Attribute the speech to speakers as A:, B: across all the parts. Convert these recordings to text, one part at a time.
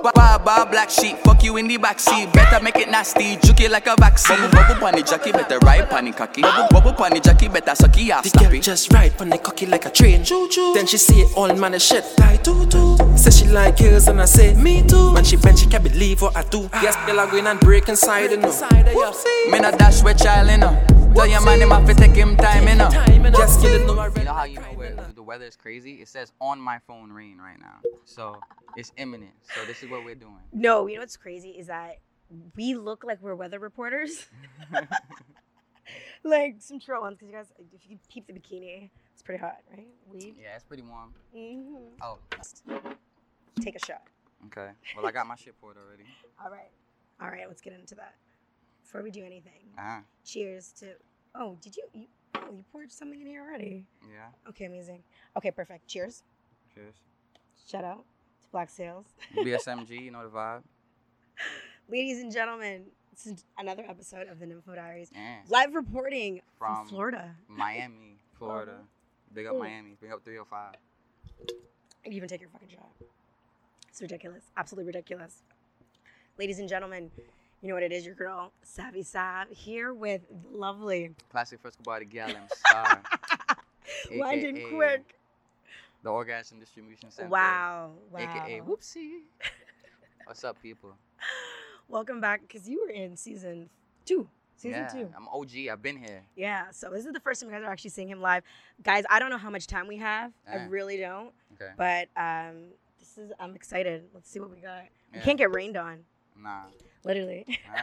A: Bye bye bye black sheep, fuck you in the backseat. Better make it nasty, juke it like a vaccine. Bubble pon jockey, better ride pon cocky. Bubble bubble pon jockey, better suck it off.
B: The girl just ride on the cocky like a train. Choo-choo. Then she see it all man and shit like too too. Says she like girls and I say me too. When she bend, she can't believe what I do. Yes, girl, I going and break inside and
A: Me no dash with child, you know. Tell your man him have to take him time, you know.
B: Yes, girl, you know I
C: You
B: read.
C: know how you know where the weather is crazy? It says on my phone rain right now. So it's imminent. So this is what we're doing.
D: No, you know what's crazy is that we look like we're weather reporters. like some short ones, because you guys, if you peep the bikini, it's pretty hot, right? We
C: Yeah, it's pretty warm.
D: mhm.
C: Oh,
D: take a shot.
C: okay. Well, I got my shit poured already.
D: All right. All right, let's get into that. Before we do anything,
A: Uh-huh.
C: Ah,
D: cheers to. Oh, did you? you oh, you poured something in here already.
C: yeah.
D: Okay, amazing. Okay, perfect. Cheers.
C: Cheers.
D: Shout out to Black Sales.
C: BSMG, you know the vibe.
D: Ladies and gentlemen, this is another episode of the Nympho Diaries.
C: Yeah.
D: Live reporting from,
C: From
D: Florida.
C: Miami, Florida. Big up
D: Oh. Cool.
C: Miami. Big up 305.
D: You even take your fucking shot. It's ridiculous. Absolutely ridiculous. Ladies and gentlemen, you know what it is, your girl, Savvy Sav, here with the lovely
C: Plastic Fresco Body Gallon Star.
D: London
C: AKA,
D: Quick.
C: The Orgasm Distribution Center.
D: Wow. Wow.
C: AKA Whoopsie. What's up, people?
D: Welcome back, because you were in season two. Season
C: yeah,
D: two.
C: I'm OG. I've been here.
D: Yeah. So this is the first time you guys are actually seeing him live. Guys, I don't know how much time we have. I
C: Yeah.
D: really don't.
C: Okay.
D: But um, this is I'm excited. Let's see what we got. We
C: Yeah.
D: can't get rained on.
C: Nah.
D: Literally.
C: nah.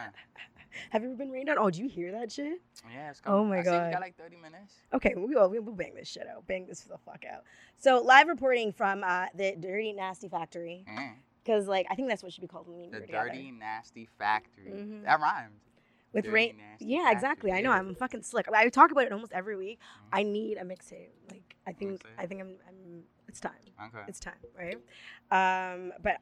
D: have you ever been rained on? Oh, do you hear that shit?
C: Yeah, it's
D: Oh
C: coming.
D: my
C: I see
D: God.
C: you got like 30 minutes.
D: Okay, we will we will bang this shit out. Bang this the fuck out. So live reporting from uh, the Dirty Nasty Factory
C: Mm.
D: because like I think that's what should be called when we
C: The
D: were together.
C: Dirty Nasty Factory.
D: Mhm.
C: That rhymed.
D: with
C: Dirty
D: rain.
C: Nasty
D: Yeah,
C: Factory,
D: exactly. I know.
C: yeah.
D: I'm fucking slick. I talk about it almost every week.
C: Mhm.
D: I need a mixtape. Like I think
C: Mixtape.
D: I think I'm, I'm it's time.
C: Okay.
D: It's time, right? Um, but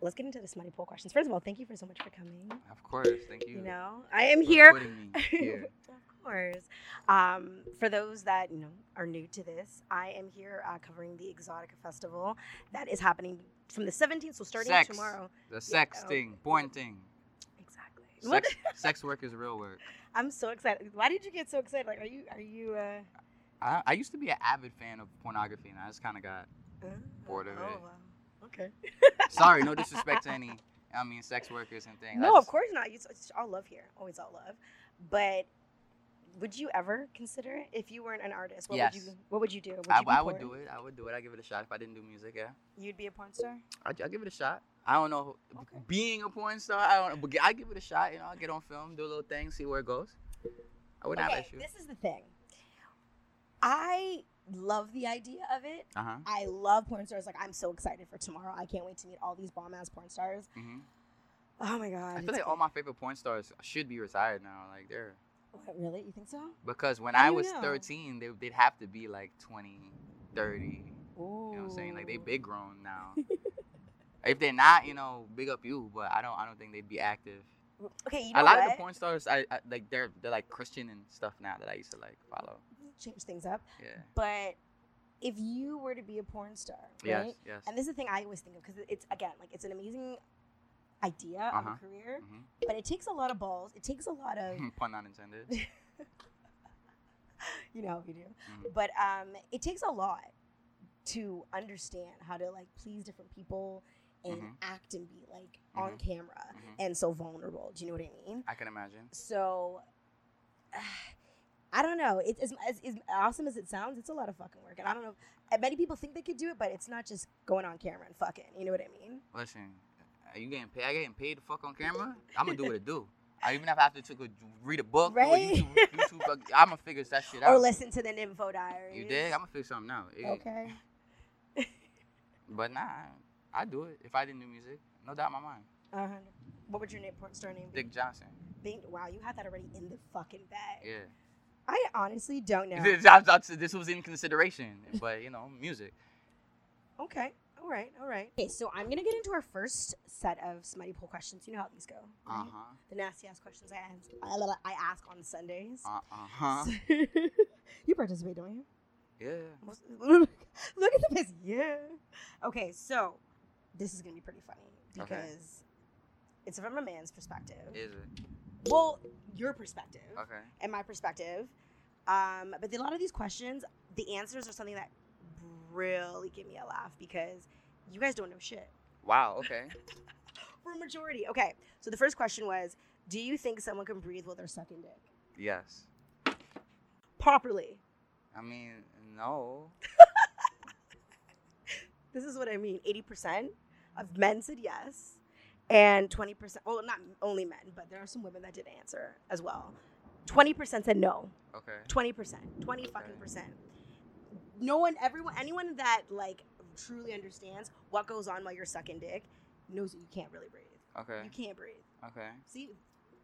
D: let's get into the smutty poll questions. First of all, thank you for so much for coming.
C: of course. Thank you.
D: You know, I am
C: for
D: here.
C: putting me here.
D: Of course. Um, for those that you know are new to this, I am here uh, covering the Exotica Festival that is happening from the 17th, so starting
C: Sex.
D: tomorrow.
C: The sex
D: oh.
C: thing, porn thing.
D: Exactly. What?
C: Sex, sex work is real work.
D: I'm so excited. Why did you get so excited? Like, are you are you? Uh,
C: I, I used to be an avid fan of pornography, and I just kind of got.
D: uh,
C: Bored of
D: oh,
C: it.
D: wow. Okay.
C: Sorry, no disrespect to any. I mean, sex workers and things. I
D: No, of
C: just-
D: course not. You, it's all love here. Always all love. But would you ever consider it if you weren't an artist? What would
C: Yes.
D: you What would you do? Would
C: I,
D: you be
C: I would
D: porn?
C: do it. I would do it. I give it a shot if I didn't do music. Yeah,
D: You'd be a porn star.
C: I would give it a shot. I don't know. who-
D: Okay.
C: Being a porn star, I don't. But I give it a shot. You know, I get on film, do a little thing, see where it goes. I wouldn't have
D: Okay,
C: an issue.
D: this is the thing. I love the idea of it.
C: Uh huh.
D: I love porn stars. Like I'm so excited for tomorrow. I can't wait to meet all these bomb ass porn stars.
C: hmm
D: Oh my god!
C: I feel
D: it's
C: like all my favorite porn stars should be retired now. Like they're
D: great. What, really? You think so?
C: because when
D: How do
C: I
D: you
C: was
D: know?
C: 13, they, they'd have to be like 20, 30.
D: Ooh.
C: You know what I'm saying? Like they big grown now. if they're not, you know, big up you. But I don't. I don't think they'd be active.
D: Okay, you
C: a
D: know
C: lot
D: what?
C: of the porn stars, I, I like they're they're like Christian and stuff now that I used to like follow.
D: change things up.
C: Yeah.
D: But if you were to be a porn star, right?
C: Yes. Yes.
D: And this is the thing I always think of because it's again like it's an amazing idea of
C: Uh-huh.
D: a career,
C: Mhm.
D: but it takes a lot of balls. It takes a lot of
C: Pun not intended.
D: you know you do
C: Mhm.
D: but um it takes a lot to understand how to like please different people and
C: Mhm.
D: act and be like on camera
C: Mhm.
D: and so vulnerable do you know what i mean
C: I can imagine.
D: so i don't know it's as, as, as awesome as it sounds it's a lot of fucking work and i don't know and many people think they could do it but it's not just going on camera and fucking you know what i mean
C: Listen, are you getting paid? I getting paid to fuck on camera. I'm gonna do what it do. I even if I have to take a, read a book, do a
D: Right?
C: YouTube, YouTube fuck- I'm gonna figure that shit out.
D: or listen to the nympho diaries
C: you dig? I'm gonna figure something out. It-
D: okay
C: But nah, I do it if I didn't do music. No doubt in my mind.
D: uh, what would your name porn star name be?
C: Dick Johnson.
D: Bing- wow you had that already in the fucking bag
C: Yeah.
D: I honestly don't know.
C: This, I- I- this was in consideration, but you know, music.
D: Okay. All right. All right. Okay, so I'm gonna get into our first set of smutty poll questions. You know how these go.
C: Uh
D: right?
C: huh.
D: The nasty ass questions I ask. I, I ask on Sundays.
C: Uh
D: uh-huh.
C: huh.
D: you participate, don't you?
C: Yeah.
D: Most- Look at the face. Yeah. Okay, so this is gonna be pretty funny
C: Okay.
D: because it's from a man's perspective.
C: Is it?
D: well, your perspective
C: Okay.
D: and my perspective. Um, but a lot of these questions, the answers are something that really give me a laugh because you guys don't know shit
C: Wow. Okay.
D: for a majority. Okay, so the first question was, do you think someone can breathe while they're sucking dick
C: Yes.
D: properly?
C: I mean, no.
D: This is what I mean. Eighty percent of men said yes, and twenty percent. Well, not only men, but there are some women that did answer as well. Twenty percent said no.
C: Okay.
D: Twenty percent. Twenty fucking percent. No one, everyone, anyone that like truly understands what goes on while you're sucking dick knows that you can't really breathe.
C: Okay.
D: You can't breathe.
C: Okay.
D: See,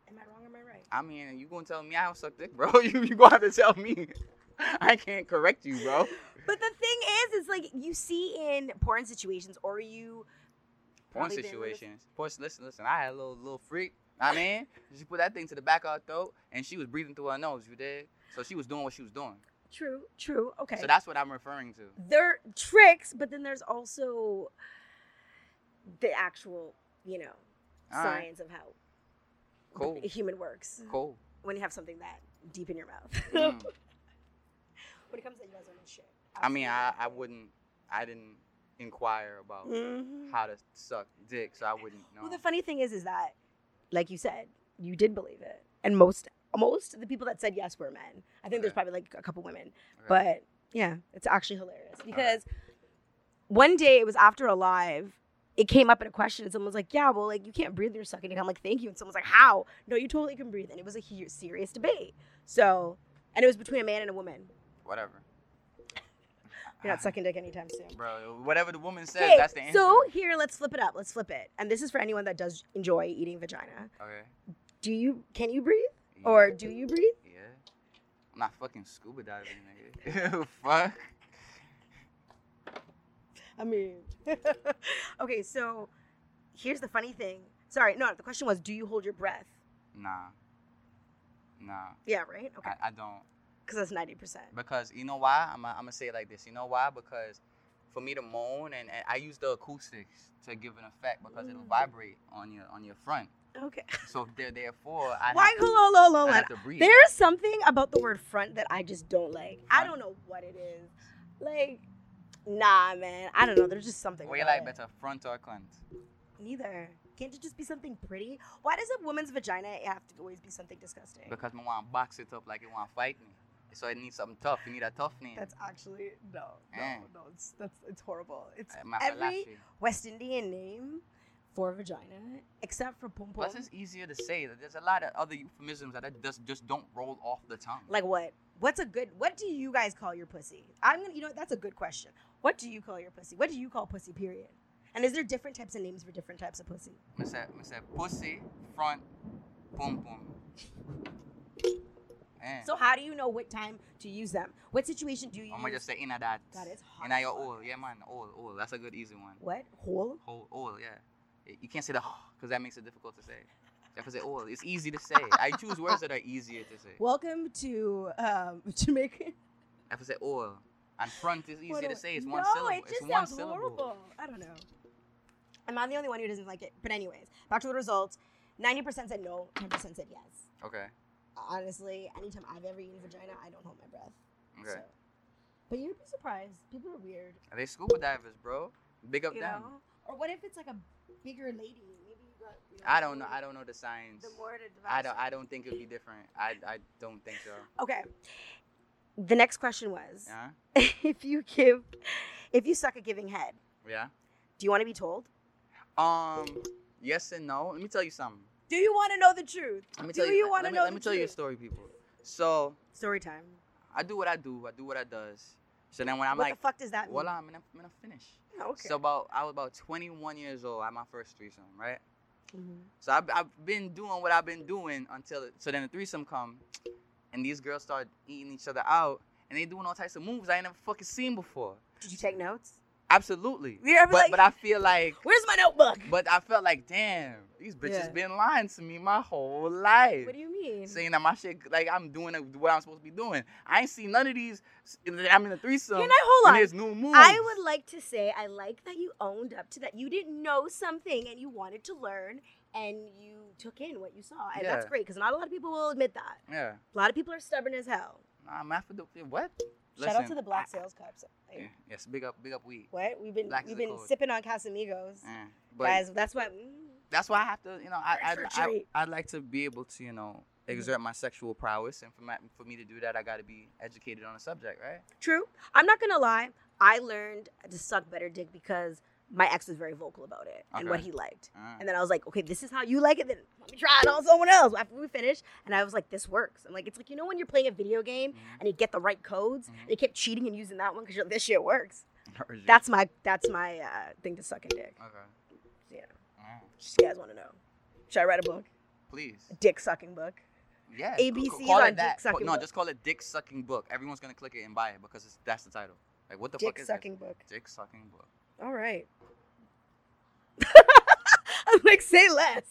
D: am I wrong or am I right?
C: I mean, you gonna tell me I don't suck dick, bro? You you gonna have to tell me. I can't correct you, bro.
D: But the thing is, it's like you see in porn situations, or you
C: Porn
D: Probably been with-
C: situations. Porn. Listen, listen. I had a little little freak. I mean, she put that thing to the back of her throat, and she was breathing through her nose. You did. So she was doing what she was doing.
D: true, true, okay.
C: So that's what I'm referring to.
D: there are tricks, but then there's also the actual, you know,
C: All right.
D: science of how
C: Cool.
D: a human works
C: Cool.
D: when you have something that deep in your mouth.
C: Mm.
D: when it comes to you guys don't know shit.
C: I mean, I, I wouldn't. I didn't inquire about
D: Mhm.
C: how to suck dick, so I wouldn't know.
D: Well, the funny thing is, is that, like you said, you did believe it, and most most of the people that said yes were men. I think there's
C: Okay.
D: probably like a couple women,
C: Okay.
D: but yeah, it's actually hilarious because one day it was after a live. It came up in a question, and someone's like, "Yeah, well, like you can't breathe, you're sucking." And I'm like, "Thank you." And someone's like, "How? No, you totally can breathe." And it was a huge, serious debate. So, and it was between a man and a woman.
C: whatever,
D: You're not sucking dick anytime soon.
C: bro. Whatever the woman says,
D: Okay,
C: Ah. that's the answer.
D: so here, let's flip it up. Let's flip it. And this is for anyone that does enjoy eating vagina.
C: okay.
D: Do you? Can you breathe? Or do you breathe?
C: yeah, I'm not fucking scuba diving, nigga. Fuck.
D: I mean, okay. So here's the funny thing. Sorry, no. The question was, do you hold your breath?
C: Nah. Nah.
D: Yeah, right. Okay,
C: I, I don't.
D: because that's ninety percent.
C: Because you know why? I'm going to say it like this. You know why? Because for me to moan and, and I use the acoustics to give an effect because it'll
D: Mm.
C: vibrate on your on your front.
D: Okay.
C: So there therefore I
D: Why?
C: have to,
D: Hello, hello,
C: I
D: hello.
C: have to breathe.
D: There's something about the word front that I just don't like. I don't know what it is. Like, nah, man. I don't know. There's just something.
C: What you
D: about
C: like
D: it.
C: better, front or cunt?
D: Neither. Can't it just be something pretty? Why does a woman's vagina have to always be something disgusting?
C: Because I want to box it up like it want to fight me. So it needs something tough. You need a tough name.
D: That's actually no, no,
C: Eh.
D: no. It's that's it's horrible. It's
C: Uh, my
D: every
C: fallacy.
D: West Indian name for vagina, except for pom pom.
C: Plus, it's easier to say. There's a lot of other euphemisms that I just just don't roll off the tongue.
D: Like what? What's a good? What do you guys call your pussy? I'm gonna. You know what? that's a good question. What do you call your pussy? What do you call pussy? Period. And is there different types of names for different types of pussy?
C: Me say, me say pussy, front, boom, boom. Eh.
D: So how do you know what time to use them? What situation do you?
C: I'm
D: use?
C: gonna just say inna that.
D: God, it's hot
C: Inna your
D: as fuck.
C: oil, yeah man, oil, oil. That's a good easy one.
D: What hole?
C: Whole oil, yeah. Y- You can't say the because that makes it difficult to say. You have to say oil. It's easy to say. I choose words that are easier to say.
D: Welcome to um, Jamaican.
C: I have to say oil. And front is
D: What
C: easy to
D: do-
C: say. It's one
D: no,
C: syllable.
D: It
C: it's
D: just
C: one
D: sounds
C: syllable.
D: horrible. I don't know. Am I the only one who doesn't like it? But anyways, back to the results. Ninety percent said no. Ten percent said yes.
C: Okay.
D: Honestly, anytime I've ever eaten vagina, I don't hold my breath.
C: Okay.
D: So. But you'd be surprised. People are weird.
C: Are they scuba divers, bro? Big up
D: You
C: them.
D: know? Or what if it's like a bigger lady? Maybe you got. You
C: I don't know. I don't know the science.
D: The more to
C: I don't. I don't think it'd be different. I. I don't think so.
D: Okay. The next question was:
C: Yeah.
D: If you give, if you suck a giving head,
C: Yeah.
D: do you want to be told?
C: Um, yes and no. Let me tell you something.
D: Do you want to know the truth?
C: Let me
D: Do
C: tell
D: you wanna
C: let me-
D: know
C: Let
D: the
C: me tell you a
D: truth?
C: story, people. So
D: Story time.
C: I do what I do. I do what I does. So then when I'm
D: what
C: like,
D: the fuck does that mean?
C: well, I'm gonna, I'm gonna finish.
D: okay.
C: So about I was about 21 years old. I had my first threesome, right?
D: Mm-hmm.
C: So I've, I've been doing what I've been doing until so then the threesome come, and these girls start eating each other out, and they doing all types of moves I ain't never fucking seen before.
D: Did you take notes?
C: absolutely.
D: Yeah, I'd be
C: But,
D: like-
C: but I feel like,
D: Where's my notebook?
C: but I felt like, damn, these bitches
D: Yeah.
C: been lying to me my whole life.
D: What do you mean?
C: saying that my shit, like I'm doing what I'm supposed to be doing. I ain't seen none of these. I'm in a threesome.
D: Can I hold
C: and
D: on?
C: There's new moves.
D: I would like to say I like that you owned up to that. You didn't know something and you wanted to learn and you took in what you saw. And that's
C: Yeah.
D: great because not a lot of people will admit that.
C: Yeah.
D: A lot of people are stubborn as hell.
C: Nah, I'm after the what?
D: Shout out to
C: Listen,
D: the Black
C: I-
D: Sales Cups. Like,
C: Yeah, yes, big up, big up weed.
D: What? We've been
C: Black is
D: we've
C: the
D: been
C: code.
D: sipping on Casamigos.
C: Yeah. But
D: Guys, that's what mm,
C: that's why I have to, you know, I, I,
D: First
C: I,
D: retreat.
C: I'd like to be able to, you know, exert my sexual prowess. And for, my, for me to do that, I got to be educated on the subject, right?
D: True. I'm not gonna lie. I learned to suck better dick because my ex was very vocal about it and what
C: Okay.
D: he liked.
C: Uh,
D: And then I was like, okay, this is how you like it. Then let me try it on someone else after we finish. And I was like, this works. I'm like, it's like you know when you're playing a video game
C: Mhm.
D: and you get the right codes
C: Mhm.
D: and you kept cheating and using that one because you're like, this shit works.
C: Heard you.
D: That's my that's my uh, thing to suck a dick.
C: Okay.
D: Yeah.
C: Uh,
D: Just you guys want to know? Should I write a book?
C: please.
D: A dick sucking book.
C: Yeah.
D: ABCs
C: c- call
D: on
C: it
D: dick
C: that. Ca-
D: sucking
C: No,
D: book.
C: just call it Dick Sucking Book. Everyone's going to click it and buy it because it's, that's the title. Like, what the
D: dick
C: fuck is
D: sucking book.
C: This? Dick Sucking Book.
D: All right. I'm like, say less.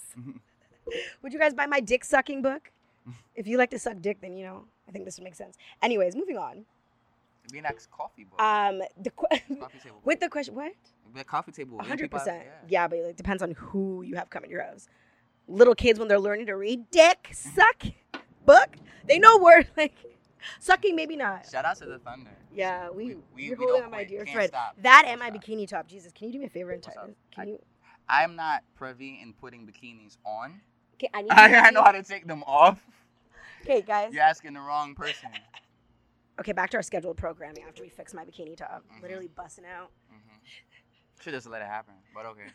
D: Would you guys buy my dick sucking book? If you like to suck dick, then you know, I think this would make sense. Anyways, moving on.
C: It'd be an ex coffee book.
D: Um, the qu-
C: coffee table.
D: with the question, what?
C: book. The coffee table.
D: A
C: Young
D: hundred
C: people have-
D: percent.
C: Yeah.
D: Yeah, but it like, depends on who you have come in your house. Little kids when they're learning to read, dick suck book. They know word like sucking, maybe not.
C: Shout out to the Thunder.
D: Yeah, we,
C: We- we-
D: we, are
C: we
D: holding
C: don't
D: on my
C: quit.
D: dear
C: Can't
D: thread.
C: stop.
D: That and
C: Can't
D: my
C: stop.
D: bikini top. Jesus, can you do me a favor and
C: What's
D: type
C: up?
D: this?
C: I-
D: Can you?
C: I'm not privy in putting bikinis on.
D: Okay, I need.
C: I know how to take them off.
D: Okay, guys.
C: You're asking the wrong person.
D: Okay, back to our scheduled programming after we fix my bikini top.
C: Mhm.
D: Literally busting out.
C: hmm Should just let it happen, but okay.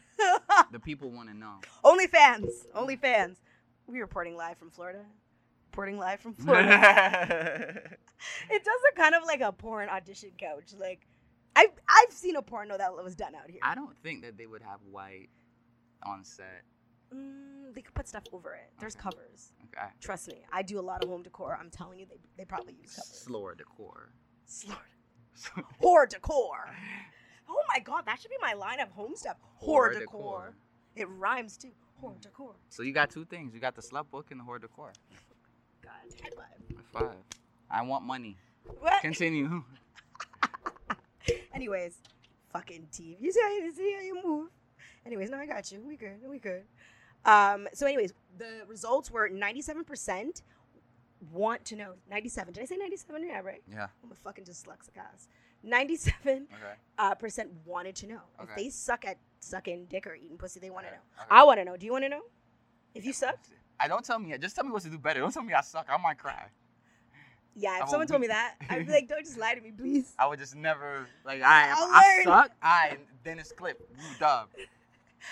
C: The people want to know.
D: Only fans. Only fans. We reporting live from Florida. Reporting live from Florida. it does look kind of like a porn audition couch. Like, I've I've seen a porno that was done out here.
C: I don't think that they would have white on set.
D: Mm, they could put stuff over it. There's
C: Okay.
D: covers.
C: Okay.
D: Trust me. I do a lot of home decor. I'm telling you, they, they probably use covers.
C: Slower decor.
D: Slur. Whore decor. Oh my god, that should be my line of home stuff. Whore, decor. It rhymes too. Whore decor.
C: So you got two things. You got the slut book and the whore decor.
D: God, high five.
C: High Five. I want money.
D: What?
C: Continue.
D: Anyways, fucking TV. You see how you, see how you move. Anyways, no, I got you. We good. We good. Um, so, anyways, the results were 97% want to know. 97. Did I say 97? Yeah, right?
C: Yeah.
D: I'm a fucking dyslexic ass. 97%
C: Okay.
D: uh, percent wanted to know. If
C: Okay.
D: they suck at sucking dick or eating pussy, they want to
C: Okay.
D: know.
C: Okay.
D: I want to know. Do you want to know? If you sucked?
C: I don't tell me. Just tell me what to do better. Don't tell me I suck. I might cry.
D: Yeah,
C: I
D: if someone
C: won't
D: told me
C: be-
D: that, I'd be like, don't just lie to me, please.
C: I would just never like I
D: I'll
C: I
D: learn.
C: suck. I Dennis Clip, you dub.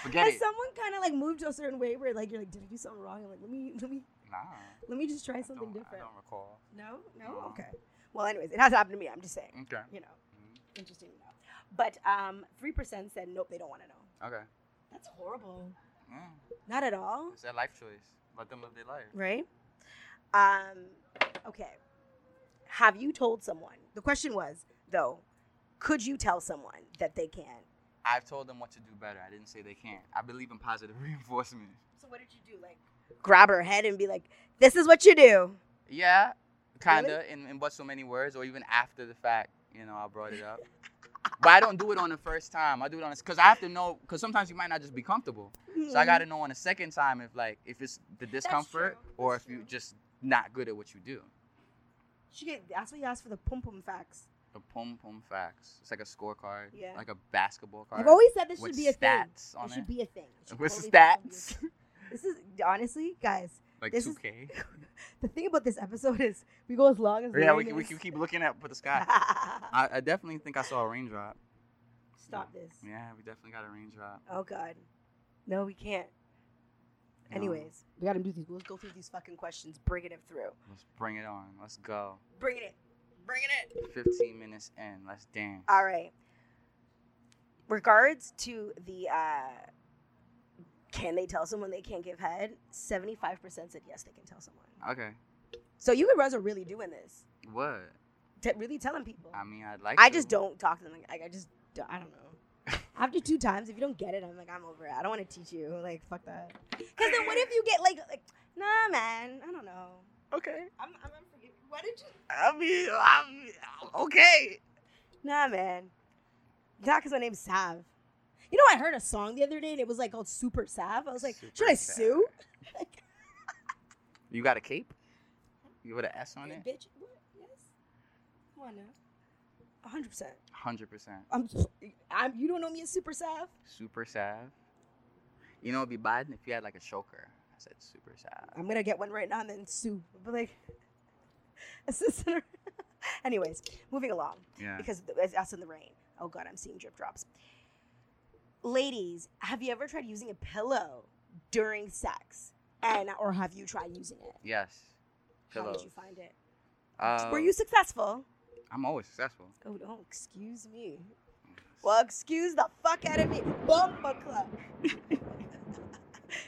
C: Forget
D: Has
C: it.
D: someone kind of like moved to a certain way where like you're like, did I do something wrong? I'm like, let me, let me,
C: Nah.
D: let me just
C: I
D: try something
C: don't-
D: different.
C: I don't recall.
D: No, no, Mm.
C: No.
D: okay. Well, anyways, it has happened to me. I'm just saying,
C: Okay. Mm-hmm.
D: you know, interesting to know. But um, three percent said nope, they don't want to know.
C: Okay.
D: That's horrible.
C: Yeah.
D: Not at all,
C: It's their life choice. Let them live their life.
D: right? Um, okay. Have you told someone? The question was though, could you tell someone that they can?
C: I've told them what to do better. I didn't say they can't. I believe in positive reinforcement.
D: So what did you do? Like, grab her head and be like, "This is what you do."
C: Yeah, kinda. In, in but so many words, or even after the fact, you know, I brought it up. but I don't do it on the first time. I do it on because I have to know. Because sometimes you might not just be comfortable.
D: Hmm.
C: So I got to know on a second time if like if it's the discomfort
D: true.
C: or
D: That's
C: if you
D: true.
C: just not good at what you do.
D: She get, that's what you asked for the pum pum facts.
C: The pum pum facts. It's like a scorecard.
D: Yeah.
C: Like a basketball card.
D: I've always said this
C: with
D: should be a
C: stats
D: thing.
C: on
D: It should
C: it.
D: be a thing. It should
C: With
D: totally fucking be a
C: stats.
D: thing. This is honestly, guys.
C: like
D: This is-
C: 2K.
D: The thing about this episode is we go as long as
C: yeah, we,
D: Larry
C: we
D: is.
C: can keep looking at for the sky. I, I definitely think I saw a raindrop.
D: Stop this.
C: Yeah, we definitely got a raindrop.
D: Oh God, no, we can't.
C: No.
D: Anyways, we gotta do these. Let's go through these fucking questions. Bringing it through.
C: Let's bring it on. Let's go.
D: Bringing it. Bringing it.
C: 15 minutes in. Let's dance.
D: All right. Regards to the. uh can they tell someone they can't give head? 75% said yes, they can tell someone.
C: Okay.
D: So you guys are really doing this.
C: What?
D: T- really telling people.
C: I mean, I'd like
D: I
C: to.
D: just don't talk to them. Like, I just, don't- I don't know. After two times, if you don't get it, I'm like, I'm over it. I don't want to teach you. Like, fuck that. Because then what if you get like, like, nah, man, I don't know.
C: Okay.
D: I'm, I'm unforgiving. Why did you?
C: I mean, I'm okay.
D: Nah, man. Not because my name's Sav. You know, I heard a song the other day and it was like called Super Sav. I was like, should I sue?
C: You got a cape? You with an S on it?
D: Bitch, what? Yes. Come on now. 100. percent
C: Hundred percent.
D: I'm, I'm. You don't know me as Super Sav.
C: Super Sav. You know it'd be bad if you had like a choker. I said Super Sav.
D: I'm gonna get one right now and then sue. But like, assistant. Anyways, moving along.
C: Yeah.
D: because th- it's us in the rain. Oh god, I'm seeing drip drops. Ladies, have you ever tried using a pillow during sex? And or have you tried using it?
C: yes.
D: How did
C: Pillows.
D: you find it?
C: Uh,
D: Were you successful?
C: I'm always successful.
D: Oh no, excuse me. Well, excuse the fuck out of me. Bumba club.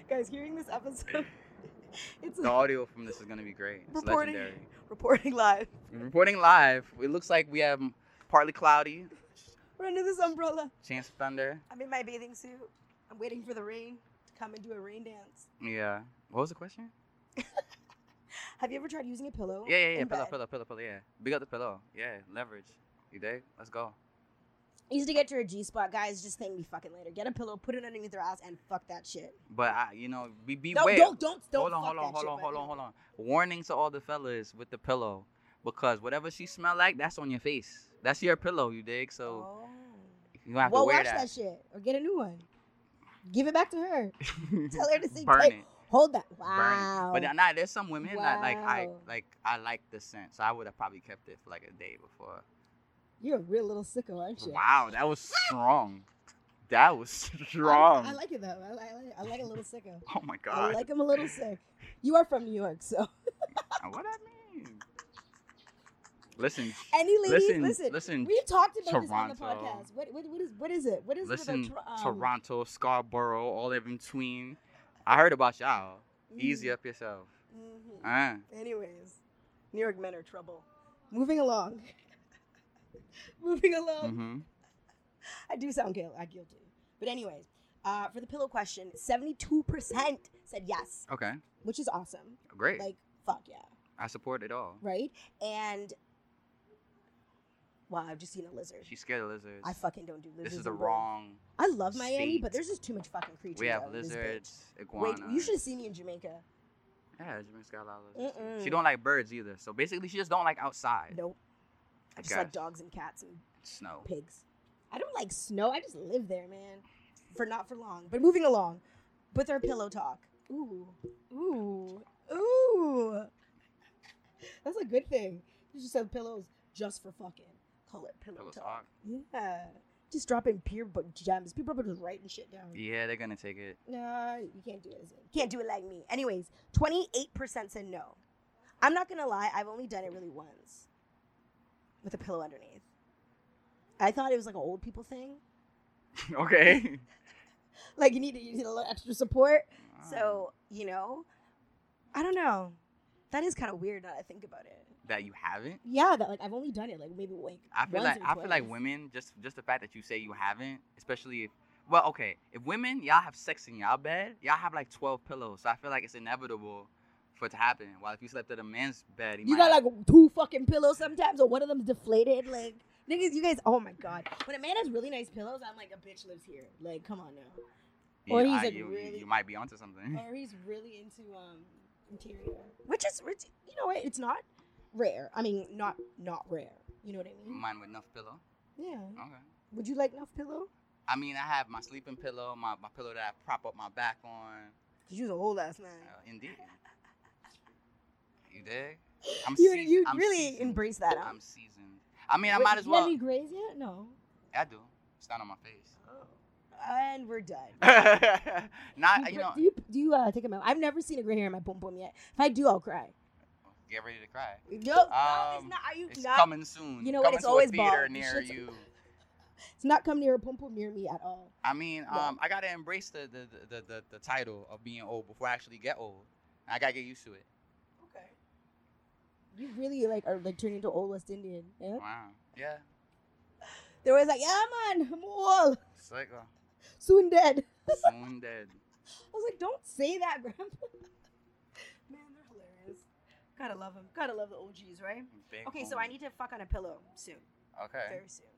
D: Guys, hearing this episode, it's
C: The audio from this is gonna be great. It's
D: Reporting.
C: legendary.
D: reporting live.
C: Reporting live. It looks like we have partly cloudy,
D: We're under this umbrella.
C: chance of thunder.
D: I'm in my bathing suit. I'm waiting for the rain to come and do a rain dance.
C: Yeah. What was the question?
D: Have you ever tried using a pillow?
C: Yeah, yeah, yeah.
D: Oh, in
C: Pillow,
D: bed?
C: pillow, pillow, pillow. Yeah. Big up the pillow. Yeah. Leverage. You dig? Let's go.
D: Easy to get to a G spot, guys. Just thank me fucking later. Get a pillow, put it underneath their ass, and fuck that shit.
C: But I, you know, be
D: No,
C: beware.
D: don't, don't, don't.
C: hold on,
D: fuck
C: hold on,
D: that
C: hold
D: shit,
C: on,
D: but-
C: hold on, hold on. Warning to all the fellas with the pillow, because whatever she smell like, that's on your face. That's your pillow, you dig? So
D: Oh.
C: you gonna have
D: Well,
C: to wear
D: wash
C: that.
D: that. shit or get a new one. Give it back to her. Tell her to say,
C: Burn
D: "Take-
C: it.
D: Hold that.
C: Burn
D: Wow.
C: it. But uh, nah, there's some women that like I
D: Wow.
C: like I like the scent, so I would have probably kept it for like a day before.
D: You're a real little sicko, aren't you?
C: Wow, that was strong. That was
D: I-
C: strong.
D: I, like it though. I, I, like- I like a little sicko.
C: oh my
D: I
C: god.
D: like him a little sick. You are from New York, so
C: what I mean? Listen.
D: any ladies,
C: Listen,
D: listen.
C: listen,
D: We've talked about this on the
C: Toronto.
D: podcast. What, what, what is what is it? What is
C: Listen,
D: it about Tor- um,
C: Toronto, Scarborough, all in between. I heard about y'all. Easy up yourself.
D: mhm.
C: Uh,
D: mm-hmm, Anyways, New York men are trouble. Moving along. Moving along.
C: mm-hmm.
D: I do sound guil- uh, guilty. But, anyways, uh, for the pillow question, 72% said yes,
C: Okay,
D: which is awesome.
C: great.
D: Like, fuck yeah.
C: I support it all.
D: Right? And, wow, I've just seen a lizard.
C: She's scared of lizards.
D: I fucking don't do lizards.
C: this is the
D: in real-
C: wrong.
D: I love Miami,
C: state.
D: but there's just too much fucking creatures.
C: We have
D: out in this bitch.
C: lizards,
D: Wait,
C: iguanas.
D: you should have seen me in Jamaica.
C: Yeah, Jamaica's got a lot of lizards. too.
D: Mm-mm.
C: Mm. She don't like birds either. So basically, she just don't like outside.
D: Nope. I just
C: Okay.
D: like dogs and cats and
C: Snow.
D: pigs. I don't like snow. I just live there, man. For not for long. But moving along with our pillow talk. Ooh. Ooh. Ooh. That's a good thing. You just have pillows just for fucking. Call it pillow,
C: Pillow
D: talk.
C: talk.
D: Yeah. Just dropping peer book gems. People are just writing shit down.
C: Yeah, they're gonna take it.
D: Nah, you can't do it. as a- Can't do it like me. Anyways, 28% said no. I'm not gonna lie, I've only done it really once with a pillow underneath. I thought it was like an old people thing.
C: okay.
D: Like you need to you need a little extra support.
C: Ah.
D: So, you know, I don't know. That is kind of weird now that I think about it.
C: that you haven't.
D: Yeah, that like I've only done it like maybe like
C: I feel
D: once
C: like
D: or
C: I feel like
D: twice.
C: women just just the fact that you say you haven't, especially if well, okay, if women y'all have sex in y'all bed, y'all have like twelve pillows, so I feel like it's inevitable for it to happen. While if you slept at a man's bed, he
D: You
C: might
D: got
C: have-
D: like two fucking pillows sometimes, or one of them's deflated. Like niggas, you guys. Oh my god. When a man has really nice pillows, I'm like a bitch lives here. Like come on now. or he's,
C: I-
D: like,
C: you, you-
D: really-
C: you might be onto something.
D: Or he's really into um interior, which is which- you know what? It's not rare. I mean, not not rare. You know what I mean?
C: Mine with enough pillow.
D: Yeah.
C: Okay.
D: Would you like enough pillow?
C: I mean, I have my sleeping pillow, my, my pillow that I prop up my back on.
D: Cause you's a whole ass man.
C: Uh, indeed. You dig? I'm
D: You
C: seas-
D: you
C: I'm
D: really
C: seasoned.
D: embrace that. Huh?
C: I'm seasoned. I mean, I
D: Wait,
C: might as
D: you
C: well.
D: Have any grays yet? No.
C: I do. It's not on my face.
D: And we're done.
C: not you
D: You put-
C: know
D: do you do you uh, take them out? I've never seen a gray hair in my boom boom yet. If I do, I'll cry.
C: get ready to cry
D: No, no, it's
C: Um,
D: not. Are you
C: it's
D: not?
C: coming soon
D: You know what,
C: Coming
D: it's
C: to a
D: always
C: theater
D: bald.
C: near
D: Shit's-
C: you
D: It's not come near a pum pum near me at all.
C: i mean
D: Yeah.
C: um i gotta embrace the the, the the the the title of being old before i actually get old i gotta get used to it
D: Okay. You really like are like turning into old West Indian. Yeah.
C: wow yeah
D: They're always like, yeah, man, I'm old,
C: Psycho.
D: soon dead.
C: uh, Soon dead.
D: I was like, don't say that, grandpa. Man, they're hilarious. Gotta love them. Gotta love the OGs, right?
C: Big
D: Okay, so I
C: boom.
D: need to fuck on a pillow soon,
C: Okay.
D: very soon,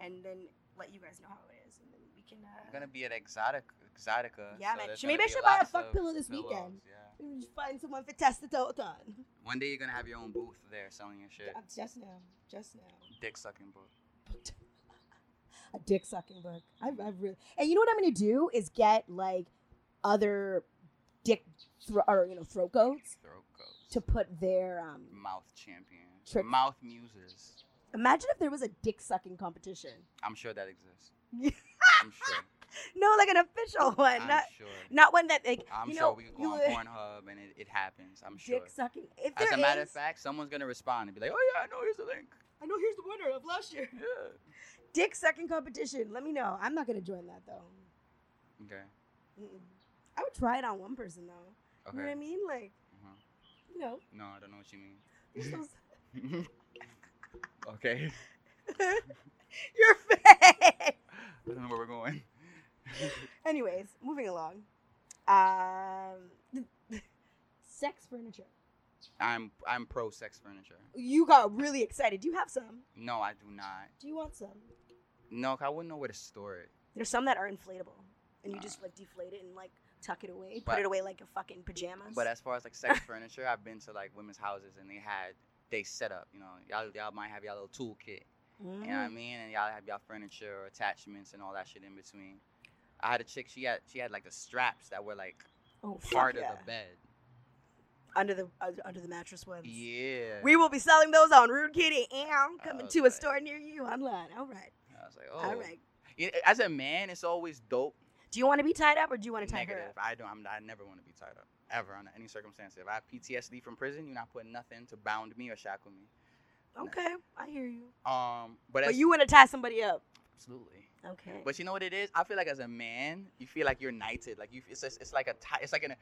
D: and then let you guys know how it is, and then we can. Uh,
C: I'm gonna be at Exotic Exotica.
D: Yeah, man.
C: there's
D: Maybe
C: gonna
D: I
C: be
D: should buy a
C: lots
D: fuck
C: of
D: pillow this
C: pillows,
D: weekend.
C: Yeah.
D: we just find someone to test it out on.
C: One day you're gonna have your own booth there selling your shit.
D: Uh, Just now, just now.
C: Dick sucking booth.
D: a dick sucking book. I, I really and you know what I'm gonna do is get like other dick thro- or you know throat goats
C: Throat goes.
D: to put their um.
C: Mouth champion.
D: Trick-
C: Mouth muses.
D: Imagine if there was a dick sucking competition.
C: I'm sure that exists.
D: Yeah.
C: I'm sure.
D: No, like an official one,
C: I'm
D: not
C: sure.
D: not one that like
C: I'm
D: you
C: sure
D: know
C: we could
D: you
C: go on
D: would-
C: Pornhub and it, it happens. I'm sure.
D: dick sucking. If
C: As
D: there
C: a matter of
D: is-
C: fact, someone's gonna respond and be like, "Oh yeah, I know. Here's the link."
D: I know here's the winner of last year.
C: Yeah.
D: Dick sucking competition. Let me know. I'm not gonna join that though.
C: Okay.
D: Mm-mm. I would try it on one person though. You know what I
C: Okay.
D: mean? Like
C: Uh-huh.
D: you know,
C: No, I don't know what you mean.
D: there's those-
C: okay.
D: your face.
C: I don't know where we're going.
D: Anyways, moving along. Um, sex furniture.
C: I'm I'm pro sex furniture.
D: You got really excited. Do you have some?
C: No, I do not.
D: Do you want some?
C: No, 'cause I wouldn't know where to store it.
D: There's some that are inflatable, and you just like deflate it and like tuck it away, put
C: But-
D: it away like a fucking pajamas.
C: But as far as like sex furniture, I've been to like women's houses and they had they set up. You know, y'all y'all might have y'all little toolkit.
D: Mm.
C: You know what I mean? And y'all have y'all furniture or attachments and all that shit in between. I had a chick. She had she had like the straps that were like
D: oh, fuck
C: part
D: yeah.
C: of the bed.
D: under the uh, under the mattress ones.
C: Yeah.
D: We will be selling those on Rude Kitty and coming
C: Oh,
D: to a
C: right.
D: store near you online. All right,
C: I was like, oh.
D: all right.
C: Yeah, As a man, it's always dope.
D: Do you want to be tied up or do you want to tie her
C: Negative.
D: up?
C: I don't. I'm, I never want to be tied up ever under any circumstance. If I have PTSD from prison, you're not putting nothing to bound me or shackle me.
D: Okay, I hear you.
C: Um, but,
D: But
C: as,
D: you want to tie somebody up?
C: absolutely.
D: Okay.
C: But you know what it is? I feel like as a man, you feel like you're knighted. Like you, it's just, it's like a tie. It's like an.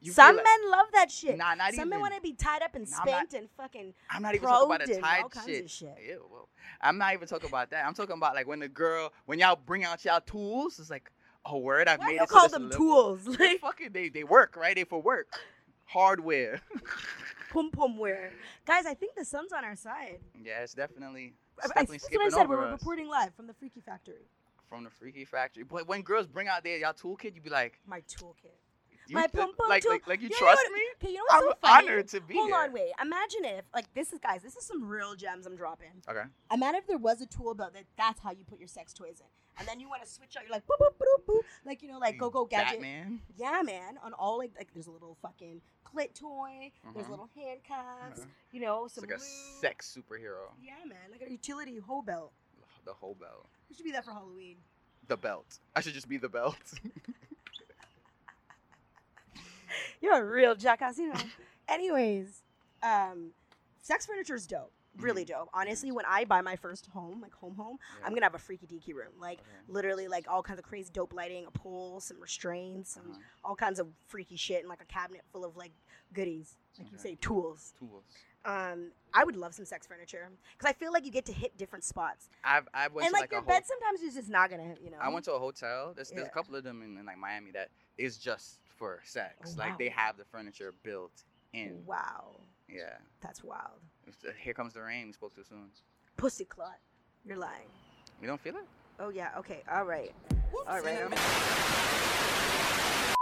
C: You feel
D: Some
C: like-
D: men love that shit.
C: Nah, not
D: Some
C: even.
D: men want to be tied up and
C: Nah, I'm not-
D: spanked and fucking.
C: I'm not even talking about
D: probed
C: a
D: and
C: tied
D: all kinds of
C: shit.
D: shit.
C: Ew, whoa. I'm not even talking about that. I'm talking about like when the girl, when y'all bring out y'all tools, it's like, oh word, I
D: Why do
C: made
D: you
C: it to
D: call
C: this
D: them
C: level.
D: tools?
C: They
D: Like
C: fucking they they work right. They for work, hardware.
D: pum pum wear. Guys, I think the sun's on our side.
C: Yeah, it's definitely.
D: I-
C: It's
D: I,
C: definitely
D: that's
C: skipping
D: what I said.
C: over
D: We're
C: us
D: reporting live from the Freaky Factory.
C: from the Freaky Factory. But when girls bring out their y'all toolkit, you be like,
D: My toolkit.
C: you,
D: My
C: th-
D: pum pum
C: like,
D: tool.
C: like like you
D: Yeah, know
C: trust
D: what-
C: me?
D: Okay, you know what's so
C: I'm
D: funny?
C: honored to be
D: Hold
C: here.
D: on, wait. Imagine if, like, this is guys. This is some real gems I'm dropping.
C: Okay.
D: Imagine if there was a tool belt that that's how you put your sex toys in, and then you want to switch out. You're like, boop boop boop boop, like you know, like go go gadget.
C: Batman.
D: Yeah, man. On all like, like there's a little fucking clit toy. There's
C: Mhm.
D: little handcuffs.
C: Mhm.
D: You know,
C: It's
D: some
C: like a
D: lube.
C: sex superhero.
D: Yeah, man. Like a utility hoe belt.
C: The whole belt.
D: We should be that for Halloween.
C: The belt. I should just be the belt.
D: You're a real jackass, you know. Anyways, um, sex furniture is dope. Really dope. Honestly, when I buy my first home, like home home,
C: Mm-hmm. Yeah.
D: I'm gonna have a freaky deaky room. Like
C: Okay.
D: literally, like all kinds of crazy dope lighting, a pool, some restraints, and
C: Uh-huh.
D: all kinds of freaky shit, and like a cabinet full of like goodies, like you
C: Okay.
D: say, tools.
C: Tools.
D: um, I would love some sex furniture because I feel like you get to hit different spots,
C: I've I went
D: and
C: to
D: like,
C: like
D: your
C: a whole
D: bed sometimes is just not gonna, hit, you know.
C: I went to a hotel. There's, there's
D: Yeah.
C: a couple of them in, in like Miami that is just for sex.
D: Oh, wow.
C: Like they have the furniture built in.
D: Wow,
C: Yeah.
D: that's wild.
C: It's- uh, Here comes the rain. We spoke too soon.
D: Pussy clot, you're lying.
C: You don't feel it?
D: Oh yeah, okay, all right, all right. all right.